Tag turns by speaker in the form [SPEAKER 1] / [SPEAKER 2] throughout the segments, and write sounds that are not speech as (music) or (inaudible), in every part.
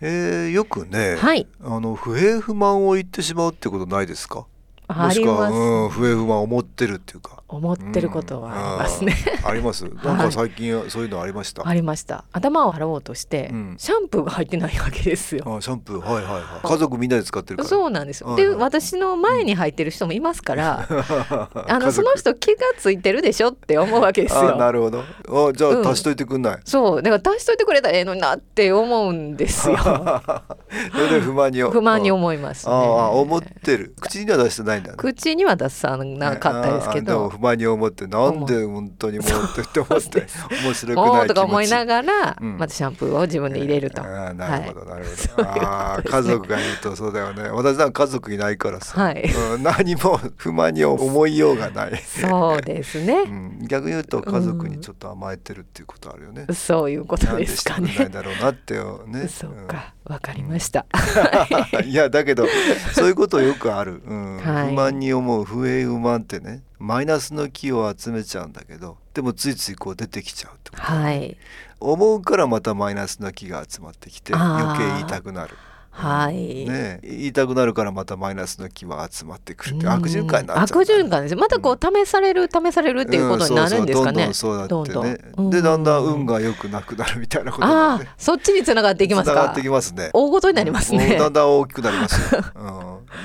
[SPEAKER 1] えー、よくね、
[SPEAKER 2] はい、
[SPEAKER 1] あの不平不満を言ってしまうってことないですか
[SPEAKER 2] あ
[SPEAKER 1] もし
[SPEAKER 2] り
[SPEAKER 1] くは
[SPEAKER 2] ます。
[SPEAKER 1] うん、不平不満を持ってるっていうか
[SPEAKER 2] 思ってることはありますね。
[SPEAKER 1] うんあーありますなんか最近そういうのありました、
[SPEAKER 2] ありました。頭を払おうとして、
[SPEAKER 1] うん
[SPEAKER 2] シャンプーが入ってないわけですよ。
[SPEAKER 1] あシャンプーはいはいはい家族みんなで使ってるから
[SPEAKER 2] そうなんです
[SPEAKER 1] は
[SPEAKER 2] よ。
[SPEAKER 1] いは
[SPEAKER 2] で、
[SPEAKER 1] い
[SPEAKER 2] 私の前に入ってる人もいますから、あ
[SPEAKER 1] あ (laughs)
[SPEAKER 2] のその人気がついてるでしょって思うわけです
[SPEAKER 1] あな
[SPEAKER 2] よ。
[SPEAKER 1] るほどあじゃ
[SPEAKER 2] うん
[SPEAKER 1] あ足しといてくん
[SPEAKER 2] (laughs)
[SPEAKER 1] ない、
[SPEAKER 2] そう、だから足しといてくれたらええのになって思うんです
[SPEAKER 1] (laughs)
[SPEAKER 2] よ。
[SPEAKER 1] それで不満に
[SPEAKER 2] 不満に
[SPEAKER 1] うん
[SPEAKER 2] 思います、
[SPEAKER 1] あ
[SPEAKER 2] ね。
[SPEAKER 1] あ思ってる口には出してないんだね
[SPEAKER 2] 口には出さなかったですけ
[SPEAKER 1] あーでも
[SPEAKER 2] ど、
[SPEAKER 1] 不満に思ってなんで本当にもうってって思って面白く
[SPEAKER 2] お
[SPEAKER 1] ない気持
[SPEAKER 2] ー
[SPEAKER 1] ち
[SPEAKER 2] とか思いながら、
[SPEAKER 1] うん
[SPEAKER 2] またシャンプーを自分で入れると。
[SPEAKER 1] あーなるほどな
[SPEAKER 2] (laughs)
[SPEAKER 1] るほ
[SPEAKER 2] うい
[SPEAKER 1] ど、
[SPEAKER 2] うことですね
[SPEAKER 1] ああー家族がいるとそうだよね私なんか家族いないからさ、
[SPEAKER 2] はい
[SPEAKER 1] うん何も不満に思いようがない、
[SPEAKER 2] (laughs) そうですね。
[SPEAKER 1] うん、逆に言うと家族にちょっと甘えてるっていうことあるよね、
[SPEAKER 2] そういうこと
[SPEAKER 1] なん
[SPEAKER 2] で
[SPEAKER 1] ですして
[SPEAKER 2] か
[SPEAKER 1] くれない
[SPEAKER 2] ね。
[SPEAKER 1] だろうなってよね
[SPEAKER 2] そうか、わかりました。
[SPEAKER 1] うん (laughs) いやだけどそういうことよくある、うん
[SPEAKER 2] はい
[SPEAKER 1] 不満に思う不平不満ってねマイナスの気を集めちゃうんだけどでもついついこう出てきちゃうってこと
[SPEAKER 2] はい、
[SPEAKER 1] 思うからまたマイナスの気が集まってきて
[SPEAKER 2] あー
[SPEAKER 1] 余計言いたくなる、
[SPEAKER 2] はい。
[SPEAKER 1] ねえ、言いたくなるからまたマイナスの気は集まってくるって
[SPEAKER 2] うん
[SPEAKER 1] 悪循環になっ
[SPEAKER 2] 悪
[SPEAKER 1] ちゃう、
[SPEAKER 2] 循環です。またこう試される試されるっていうことになるんですかね。
[SPEAKER 1] うんそうそうどんどんそうなってね
[SPEAKER 2] どんどん
[SPEAKER 1] でだんだん
[SPEAKER 2] うん
[SPEAKER 1] 運が良くなくなるみたいなこと
[SPEAKER 2] あ
[SPEAKER 1] も (laughs) ね
[SPEAKER 2] あ、そっちに繋がっていきます
[SPEAKER 1] 繋がっ
[SPEAKER 2] か
[SPEAKER 1] て。きますね
[SPEAKER 2] 大ごとになります
[SPEAKER 1] うん
[SPEAKER 2] ね
[SPEAKER 1] だ。んだん大きくなり (laughs) ますよ、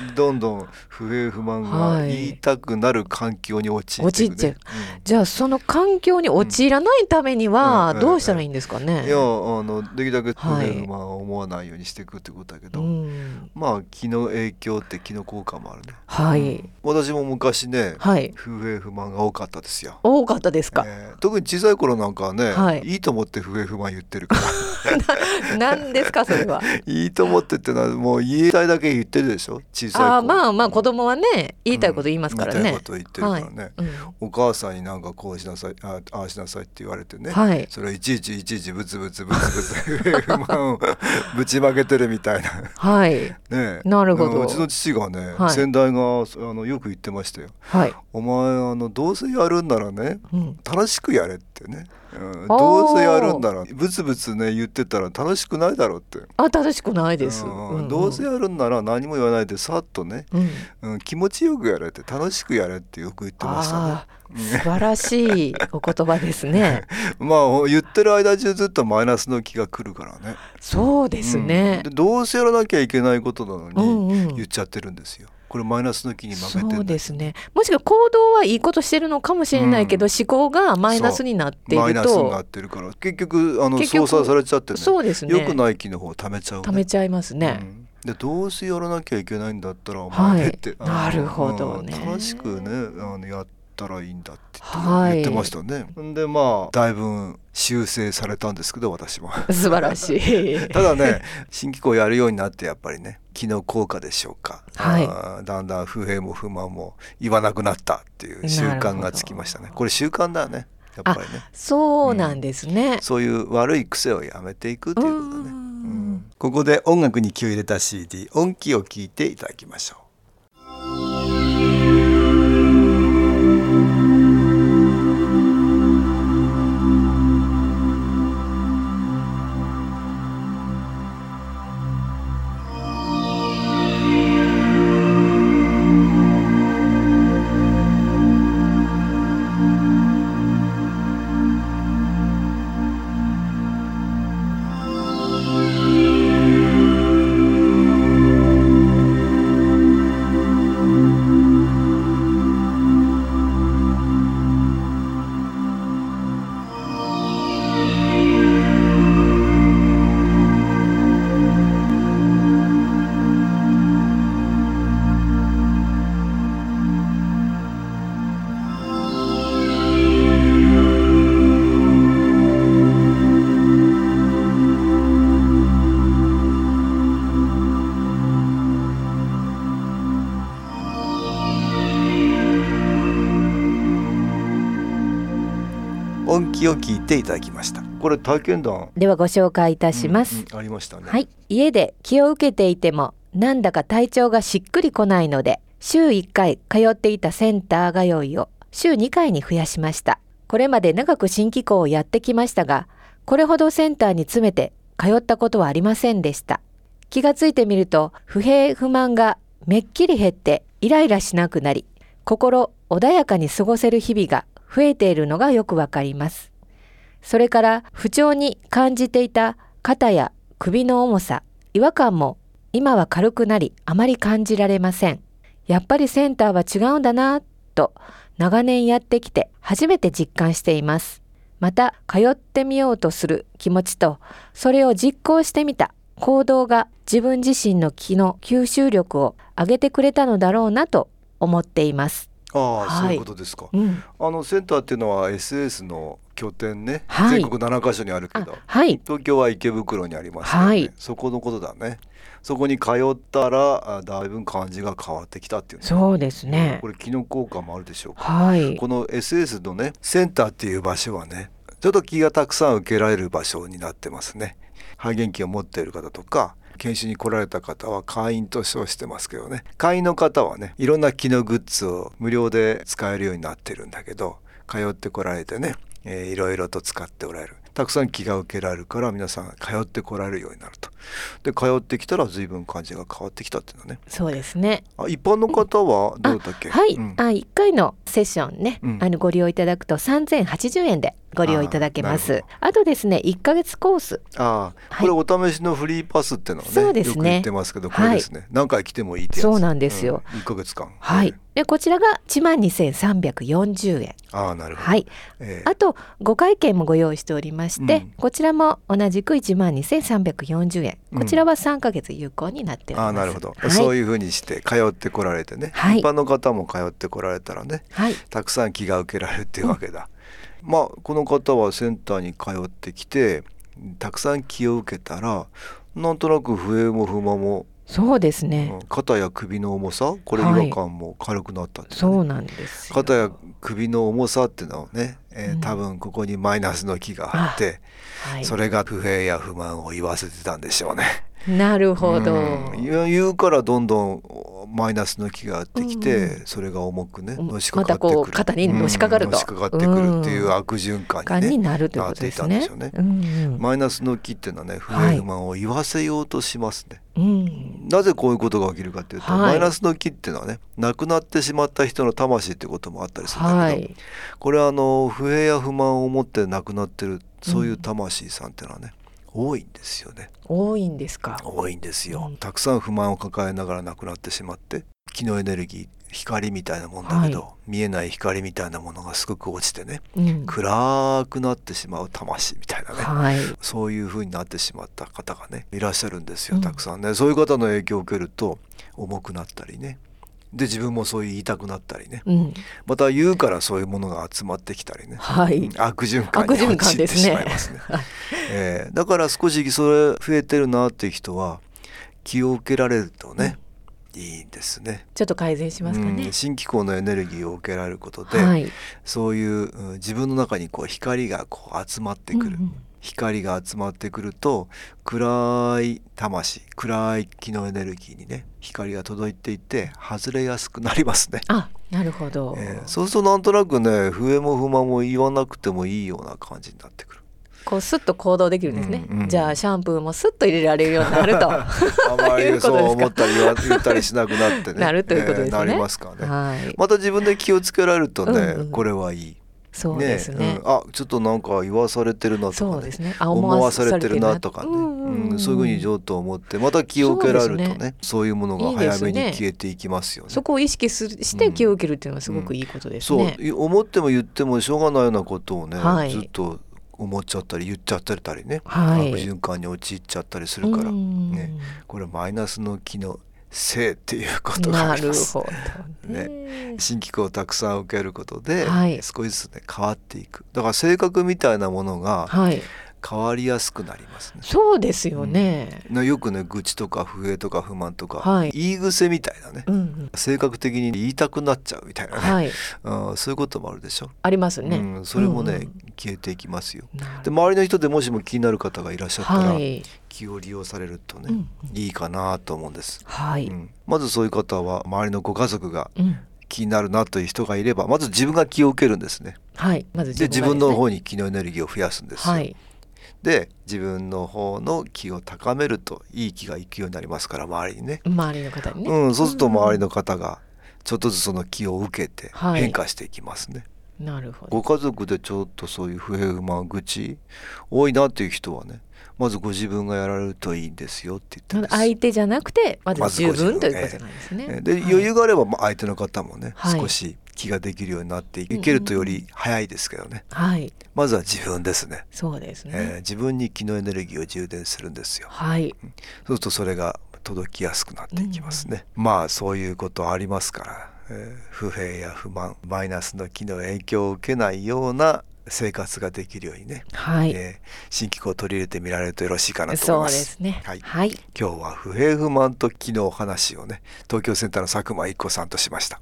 [SPEAKER 1] うん、どんどん不平不満が
[SPEAKER 2] はい
[SPEAKER 1] 言いたくなる環境に陥っていく、ね
[SPEAKER 2] 陥っちゃうじゃあその環境に陥らないためには
[SPEAKER 1] うん
[SPEAKER 2] どうしたらいいんですか
[SPEAKER 1] うん
[SPEAKER 2] ね
[SPEAKER 1] い。やあのできるだけ不
[SPEAKER 2] はい
[SPEAKER 1] 平不満を思わないようにしていくってことだけ
[SPEAKER 2] う
[SPEAKER 1] ど、
[SPEAKER 2] ん、
[SPEAKER 1] まあ気の影響って気の効果もあるね
[SPEAKER 2] はい
[SPEAKER 1] 私も昔ね
[SPEAKER 2] はい。
[SPEAKER 1] 不平不満が多かったですよ、
[SPEAKER 2] 多かったですか。
[SPEAKER 1] えー特に小さい頃なんかはね、
[SPEAKER 2] はい
[SPEAKER 1] い、いと思って不平不満言ってるから
[SPEAKER 2] (laughs) 何ですかそれ
[SPEAKER 1] (laughs)
[SPEAKER 2] は。
[SPEAKER 1] いいと思ってってのはもう言いたいだけ言ってるでしょ小さい頃
[SPEAKER 2] ああまあまあ子供はね言いたいこと言いますから
[SPEAKER 1] うん言いた
[SPEAKER 2] ね
[SPEAKER 1] いこ。と言ってるからね、
[SPEAKER 2] うん
[SPEAKER 1] お母さんになんかこうしなさいあああしなさいって言われてね、
[SPEAKER 2] はい
[SPEAKER 1] それをいちいちいちいちブツブツブツブツ
[SPEAKER 2] (laughs)
[SPEAKER 1] 不満をぶちまけてるみたいな
[SPEAKER 2] はい
[SPEAKER 1] ねえ
[SPEAKER 2] なるほど
[SPEAKER 1] うんうちの父がね、
[SPEAKER 2] はい
[SPEAKER 1] 先代があのよく言ってましたよ
[SPEAKER 2] はい。
[SPEAKER 1] お前あのどうせやるんならね
[SPEAKER 2] うん
[SPEAKER 1] 楽しくやれってね、うん、
[SPEAKER 2] おー
[SPEAKER 1] どうせやるんならブツブツね言ってたら楽しくないだろうって
[SPEAKER 2] あ正しくないです。
[SPEAKER 1] うん
[SPEAKER 2] んん
[SPEAKER 1] どうせやるんなら何も言わないでさっとね、
[SPEAKER 2] うん
[SPEAKER 1] うん、気持ちよくやれって楽しくやれってよく言ってましたね
[SPEAKER 2] ああ素晴らしいお言葉で
[SPEAKER 1] (laughs)
[SPEAKER 2] すね。
[SPEAKER 1] まあ言ってる間中ずっとマイナスの気が来るからね。
[SPEAKER 2] そうですね
[SPEAKER 1] うん。でどうせやらなきゃいけないことなの
[SPEAKER 2] う
[SPEAKER 1] に
[SPEAKER 2] んうん
[SPEAKER 1] 言っちゃってるんですよ。これマイナスの気に負けて
[SPEAKER 2] そう
[SPEAKER 1] る。
[SPEAKER 2] ですね。もしくは行動はいいことしてるのかもしれないけ
[SPEAKER 1] う
[SPEAKER 2] ど、
[SPEAKER 1] ん
[SPEAKER 2] 思考がマイナスになってい
[SPEAKER 1] マイ
[SPEAKER 2] る
[SPEAKER 1] ナスにな
[SPEAKER 2] と
[SPEAKER 1] っ、てるから結局あの
[SPEAKER 2] 結局
[SPEAKER 1] 操作されちゃってね
[SPEAKER 2] そうですね。
[SPEAKER 1] 良くない気の方を貯めちゃうね、
[SPEAKER 2] 貯めちゃいます
[SPEAKER 1] う
[SPEAKER 2] ね。
[SPEAKER 1] んでどうせやらなきゃいけないんだったらお
[SPEAKER 2] はい
[SPEAKER 1] 前って、あの
[SPEAKER 2] なるほどね
[SPEAKER 1] うん楽しくねあのやったらいいんだって言って,、
[SPEAKER 2] はい
[SPEAKER 1] 言ってましたね。んでまあだいぶ修正されたんですけど私
[SPEAKER 2] (laughs)
[SPEAKER 1] も。
[SPEAKER 2] 素晴らしい。
[SPEAKER 1] ただね新機構やるようになってやっぱりね気の効果でしょうか、
[SPEAKER 2] はい
[SPEAKER 1] あーだんだん不平も不満も言わなくなったっていう習慣がつきました
[SPEAKER 2] な
[SPEAKER 1] ね
[SPEAKER 2] るほど
[SPEAKER 1] これ習慣だねやっぱりね
[SPEAKER 2] (laughs) そうなんですね。
[SPEAKER 1] そういう悪い癖をやめていくということね、
[SPEAKER 2] う
[SPEAKER 1] うんんここで音楽に気を入れた CD 音気を聞いていただきましょう
[SPEAKER 3] 「
[SPEAKER 1] 音気を聞いていただきましたこれ体験談
[SPEAKER 2] ではご紹介いたします、
[SPEAKER 1] うんありましたね
[SPEAKER 2] はい家で気を受けていてもなんだか体調がしっくりこないので週1回通っていたセンター通いを週2回に増やしましたこれまで長く新機構をやってきましたがこれほどセンターに詰めて通ったことはありませんでした気がついてみると不平不満がめっきり減ってイライラしなくなり心穏やかに過ごせる日々が増えているのがよくわかりますそれから不調に感じていた肩や首の重さ、違和感も今は軽くなりあまり感じられません。やっぱりセンターは違うんだなぁと長年やってきて初めて実感しています。また通ってみようとする気持ちとそれを実行してみた行動が自分自身の気の吸収力を上げてくれたのだろうなと思っています。
[SPEAKER 1] ああ、
[SPEAKER 2] はい
[SPEAKER 1] そういうことですか
[SPEAKER 2] うん、
[SPEAKER 1] あのセンターっていうのは SS の拠点ね、
[SPEAKER 2] はい
[SPEAKER 1] 全国7カ所にあるけ
[SPEAKER 2] あ
[SPEAKER 1] ど
[SPEAKER 2] はい、
[SPEAKER 1] 東京は池袋にありますよね、
[SPEAKER 2] はい
[SPEAKER 1] そこのことだねそこに通ったらあだいぶ感じが変わってきたっていうね
[SPEAKER 2] そうですね
[SPEAKER 1] こ。れ気の効果もあるでしょうか
[SPEAKER 2] はい、
[SPEAKER 1] この SS のねセンターっていう場所はねちょっと気がたくさん受けられる場所になってますね肺元気を持っている方とか研修に来られた方は会員と称してますけどね会員の方はねいろんな気のグッズを無料で使えるようになってるんだけど通ってこられてね、えーいろいろと使っておられるたくさん気が受けられるから皆さん通ってこられるようになるとで通ってきたら随分感じが変わってきたっていうのね
[SPEAKER 2] そうですね。
[SPEAKER 1] あ一般の方はどうだったっけ
[SPEAKER 2] はい、
[SPEAKER 1] うん
[SPEAKER 2] あ1回のセッションね、
[SPEAKER 1] うん
[SPEAKER 2] あのご利用いただくと3080円でご利用いただけま
[SPEAKER 1] あーな
[SPEAKER 2] す
[SPEAKER 1] る
[SPEAKER 2] あとですね1ヶ月コース
[SPEAKER 1] ああ、
[SPEAKER 2] はい
[SPEAKER 1] これお試しのフリーパスってのはね
[SPEAKER 2] そうですね
[SPEAKER 1] よく言ってますけどこれですね、何回来てもいいってやつ
[SPEAKER 2] そうなんですよ、
[SPEAKER 1] うん、1ヶ月間
[SPEAKER 2] はい、でこちらが12,340円
[SPEAKER 1] ああなるほど、
[SPEAKER 2] はい
[SPEAKER 1] ええ
[SPEAKER 2] あとご会見もご用意しておりまして、
[SPEAKER 1] うん
[SPEAKER 2] こちらも同じく12,340円こちらは3ヶ月有効になっております、
[SPEAKER 1] ああなるほど、
[SPEAKER 2] はい、
[SPEAKER 1] そう
[SPEAKER 2] いう
[SPEAKER 1] いうふうにして通ってこられてね、
[SPEAKER 2] はい
[SPEAKER 1] 一般の方も通ってこられたらね
[SPEAKER 2] はい、
[SPEAKER 1] たくさん気が受けられるっていうわけだ、まあこの方はセンターに通ってきてたくさん気を受けたらなんとなく笛も不満も、
[SPEAKER 2] そうです
[SPEAKER 1] う
[SPEAKER 2] ね、
[SPEAKER 1] ん肩や首の重さこれ違
[SPEAKER 2] はい
[SPEAKER 1] 和感も軽くなったっていうね
[SPEAKER 2] そうなんですよ
[SPEAKER 1] 肩や首の重さっていうのはね、えー
[SPEAKER 2] うん
[SPEAKER 1] 多分ここにマイナスの気があって、
[SPEAKER 2] はい、
[SPEAKER 1] それが不平や不満を言わせてたんでしょうね。
[SPEAKER 2] なるほど、
[SPEAKER 1] うん言う言うからどんどんマイナスの気がやってきて、
[SPEAKER 2] う
[SPEAKER 1] それが重くね
[SPEAKER 2] うん
[SPEAKER 1] のしかかってくる、
[SPEAKER 2] またこう肩にのしかかる
[SPEAKER 1] う
[SPEAKER 2] と
[SPEAKER 1] んのしかかってくるっていう悪循環
[SPEAKER 2] 感
[SPEAKER 1] に
[SPEAKER 2] に
[SPEAKER 1] ね。
[SPEAKER 2] なるということですね。
[SPEAKER 1] なっていたんでし
[SPEAKER 2] うんうん
[SPEAKER 1] マイナスの気っていうのはね不
[SPEAKER 2] は
[SPEAKER 1] 平
[SPEAKER 2] い
[SPEAKER 1] 不満を言わせようとしますね、
[SPEAKER 2] うん、
[SPEAKER 1] なぜこういうことが起きるかっていうと、
[SPEAKER 2] はい
[SPEAKER 1] マイナスの気っていうのはね亡くなってしまった人の魂ってこともあったりするんだけど、
[SPEAKER 2] はい、
[SPEAKER 1] これはあの不平や不満を持って亡くなってるそういう魂さんってのはね、多いんですよね
[SPEAKER 2] 多いんですか。
[SPEAKER 1] 多いんですよ、
[SPEAKER 2] うん
[SPEAKER 1] たくさん不満を抱えながら亡くなってしまって気のエネルギー光みたいなもんだけど、見えない光みたいなものがすごく落ちてね
[SPEAKER 2] うん
[SPEAKER 1] 暗くなってしまう魂みたいなね、
[SPEAKER 2] はい、
[SPEAKER 1] そういう風になってしまった方がねいらっしゃるんです
[SPEAKER 2] う
[SPEAKER 1] よ
[SPEAKER 2] ん
[SPEAKER 1] たくさんね、そういう方の影響を受けると重くなったりねで自分もそう言いたくなったりね
[SPEAKER 2] うん、
[SPEAKER 1] また言うからそういうものが集まってきたりね
[SPEAKER 2] はい、
[SPEAKER 1] 悪循環に
[SPEAKER 2] 悪循
[SPEAKER 1] 陥
[SPEAKER 2] 環
[SPEAKER 1] って
[SPEAKER 2] です
[SPEAKER 1] し
[SPEAKER 2] ね
[SPEAKER 1] まいますね。えーだから少しそれ増えてるなっていう人は気を受けられるとね、いいんですね。
[SPEAKER 2] ちょっと改善しますか
[SPEAKER 1] うん
[SPEAKER 2] ね。
[SPEAKER 1] 新機構のエネルギーを受けられることで、
[SPEAKER 2] はい、
[SPEAKER 1] そういう、うん自分の中にこう光がこう集まってくる、
[SPEAKER 2] うんうん
[SPEAKER 1] 光が集まってくると暗い魂暗い気のエネルギーにね光が届いていって外れやすくなりますね。
[SPEAKER 2] あ、なるほど。
[SPEAKER 1] えーそうするとなんとなくね笛も不満も言わなくてもいいような感じになってくる。
[SPEAKER 2] こうスッと行動できるんですね。
[SPEAKER 1] うんうん
[SPEAKER 2] じゃあシャンプーもスッと入れられるようになる
[SPEAKER 1] (laughs)
[SPEAKER 2] と。
[SPEAKER 1] あま
[SPEAKER 2] いう
[SPEAKER 1] り
[SPEAKER 2] ことです
[SPEAKER 1] そ
[SPEAKER 2] か
[SPEAKER 1] う思ったり言わ言ったりしなくなってね。
[SPEAKER 2] なるということですね
[SPEAKER 1] なりますからね。
[SPEAKER 2] はい、
[SPEAKER 1] また自分で気をつけられるとね、
[SPEAKER 2] うんうん
[SPEAKER 1] これはいい。
[SPEAKER 2] そうですね。
[SPEAKER 1] うんあ、ちょっとなんか言わされてるなとか、ね。
[SPEAKER 2] そうですね。あ
[SPEAKER 1] 思わされてるなとかね、
[SPEAKER 2] うんうん
[SPEAKER 1] うんそういうふうに譲渡を持ってまた気を受けられるとね
[SPEAKER 2] そ
[SPEAKER 1] そうう
[SPEAKER 2] で
[SPEAKER 1] いうものが
[SPEAKER 2] いいで
[SPEAKER 1] 早
[SPEAKER 2] すね
[SPEAKER 1] めに消えていきますよね。
[SPEAKER 2] そこを意識するして気を受けるっていうのはすごくいいことですね。
[SPEAKER 1] そうい思っても言ってもしょうがないようなことをね、
[SPEAKER 2] はい
[SPEAKER 1] ずっと思っちゃったり言っちゃったりたりね、
[SPEAKER 2] はい
[SPEAKER 1] 悪循環に陥っちゃったりするから、
[SPEAKER 2] うん
[SPEAKER 1] ねこれマイナスの気のせいっていうことが
[SPEAKER 2] な
[SPEAKER 1] あり
[SPEAKER 2] る
[SPEAKER 1] ます。
[SPEAKER 2] ほ
[SPEAKER 1] (laughs)
[SPEAKER 2] どね。
[SPEAKER 1] 新機構をたくさん受けることで、
[SPEAKER 2] はい
[SPEAKER 1] 少しずつね変わっていくだから性格みたいなものが
[SPEAKER 2] はい、
[SPEAKER 1] 変わりやすくなりますね。
[SPEAKER 2] そうですよね。
[SPEAKER 1] のよくね愚痴とか不平とか不満とか、
[SPEAKER 2] はい
[SPEAKER 1] 言い癖みたいなね
[SPEAKER 2] うん、うん、
[SPEAKER 1] 性格的に言いたくなっちゃうみたいなね、
[SPEAKER 2] はい、
[SPEAKER 1] うんそういうこともあるでしょ。
[SPEAKER 2] ありますね。
[SPEAKER 1] うん、それもね、
[SPEAKER 2] うんうん
[SPEAKER 1] 消えていきますよ。
[SPEAKER 2] なるほ
[SPEAKER 1] で
[SPEAKER 2] ど
[SPEAKER 1] 周りの人でもしも気になる方がいらっしゃったら、
[SPEAKER 2] はい、
[SPEAKER 1] 気を利用されるとね、
[SPEAKER 2] うんうん
[SPEAKER 1] いいかなと思うんです、
[SPEAKER 2] はい、
[SPEAKER 1] うんまずそういう方は周りのご家族が
[SPEAKER 2] うん、
[SPEAKER 1] 気になるなという人がいればまず自分が気を受けるんですね
[SPEAKER 2] はい、まず
[SPEAKER 1] で自
[SPEAKER 2] が
[SPEAKER 1] 分の
[SPEAKER 2] で
[SPEAKER 1] 方に気のエネルギーを増やすんです
[SPEAKER 2] す
[SPEAKER 1] よ、
[SPEAKER 2] ねはい、
[SPEAKER 1] で自分の方の気を高めるといい気がいくようになりますから周りにね
[SPEAKER 2] 周りの方にね、
[SPEAKER 1] うん、そうすると周りの方がちょっとずつその気を受けて
[SPEAKER 2] はい
[SPEAKER 1] 変化していきますね、
[SPEAKER 2] なるほど。
[SPEAKER 1] ご家族でちょっとそういう不平不満愚痴多いなっていう人はねまずご自分がやられるといいんですよって言って
[SPEAKER 2] な
[SPEAKER 1] るんで
[SPEAKER 2] のです相手じゃなくてまず
[SPEAKER 1] まず
[SPEAKER 2] 十
[SPEAKER 1] ご自
[SPEAKER 2] 分
[SPEAKER 1] 分
[SPEAKER 2] ということなんです
[SPEAKER 1] え
[SPEAKER 2] ね。
[SPEAKER 1] ーで余裕があればまあ相手の方もね、
[SPEAKER 2] はい
[SPEAKER 1] 少し気ができるようになっていけるとより早いですけどね、
[SPEAKER 2] はい、はい、
[SPEAKER 1] まずは自分ですね、
[SPEAKER 2] そうです
[SPEAKER 1] え
[SPEAKER 2] ね。
[SPEAKER 1] ー自分に気のエネルギーを充電するんですよ
[SPEAKER 2] はい、
[SPEAKER 1] そうするとそれが届きやすくなっていきますね、まあそういうことありますから、えー不平や不満マイナスの気の影響を受けないような生活ができるようにね、
[SPEAKER 2] はい、
[SPEAKER 1] えー新機構を取り入れてみられるとよろしいかなと
[SPEAKER 2] そ
[SPEAKER 1] 思いうま
[SPEAKER 2] ですすね。
[SPEAKER 1] はい
[SPEAKER 2] はい、
[SPEAKER 1] 今日は不平不満と気のお話をね東京センターの佐久間一子さんとしました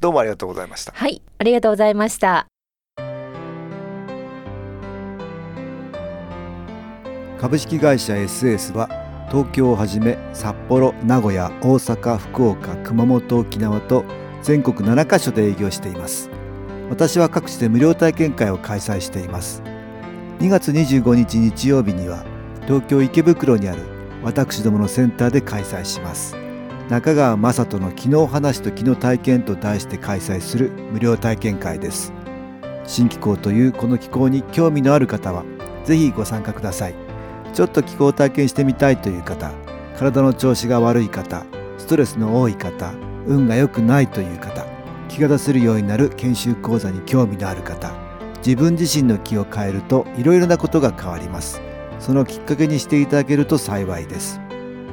[SPEAKER 1] どうもありがとうございました
[SPEAKER 2] はい、ありがとうございました。
[SPEAKER 1] 株式会社 SS は東京をはじめ札幌名古屋大阪福岡熊本沖縄と全国7カ所で営業しています私は各地で無料体験会を開催しています2月25日日曜日には東京池袋にある私どものセンターで開催します中川雅人の「昨日話と昨日体験」と題して開催する無料体験会です新機構というこの機構に興味のある方はぜひご参加くださいちょっと気候を体験してみたいという方体の調子が悪い方ストレスの多い方運が良くないという方気が出せるようになる研修講座に興味のある方自分自身の気を変えるといろいろなことが変わりますそのきっかけにしていただけると幸いです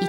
[SPEAKER 4] い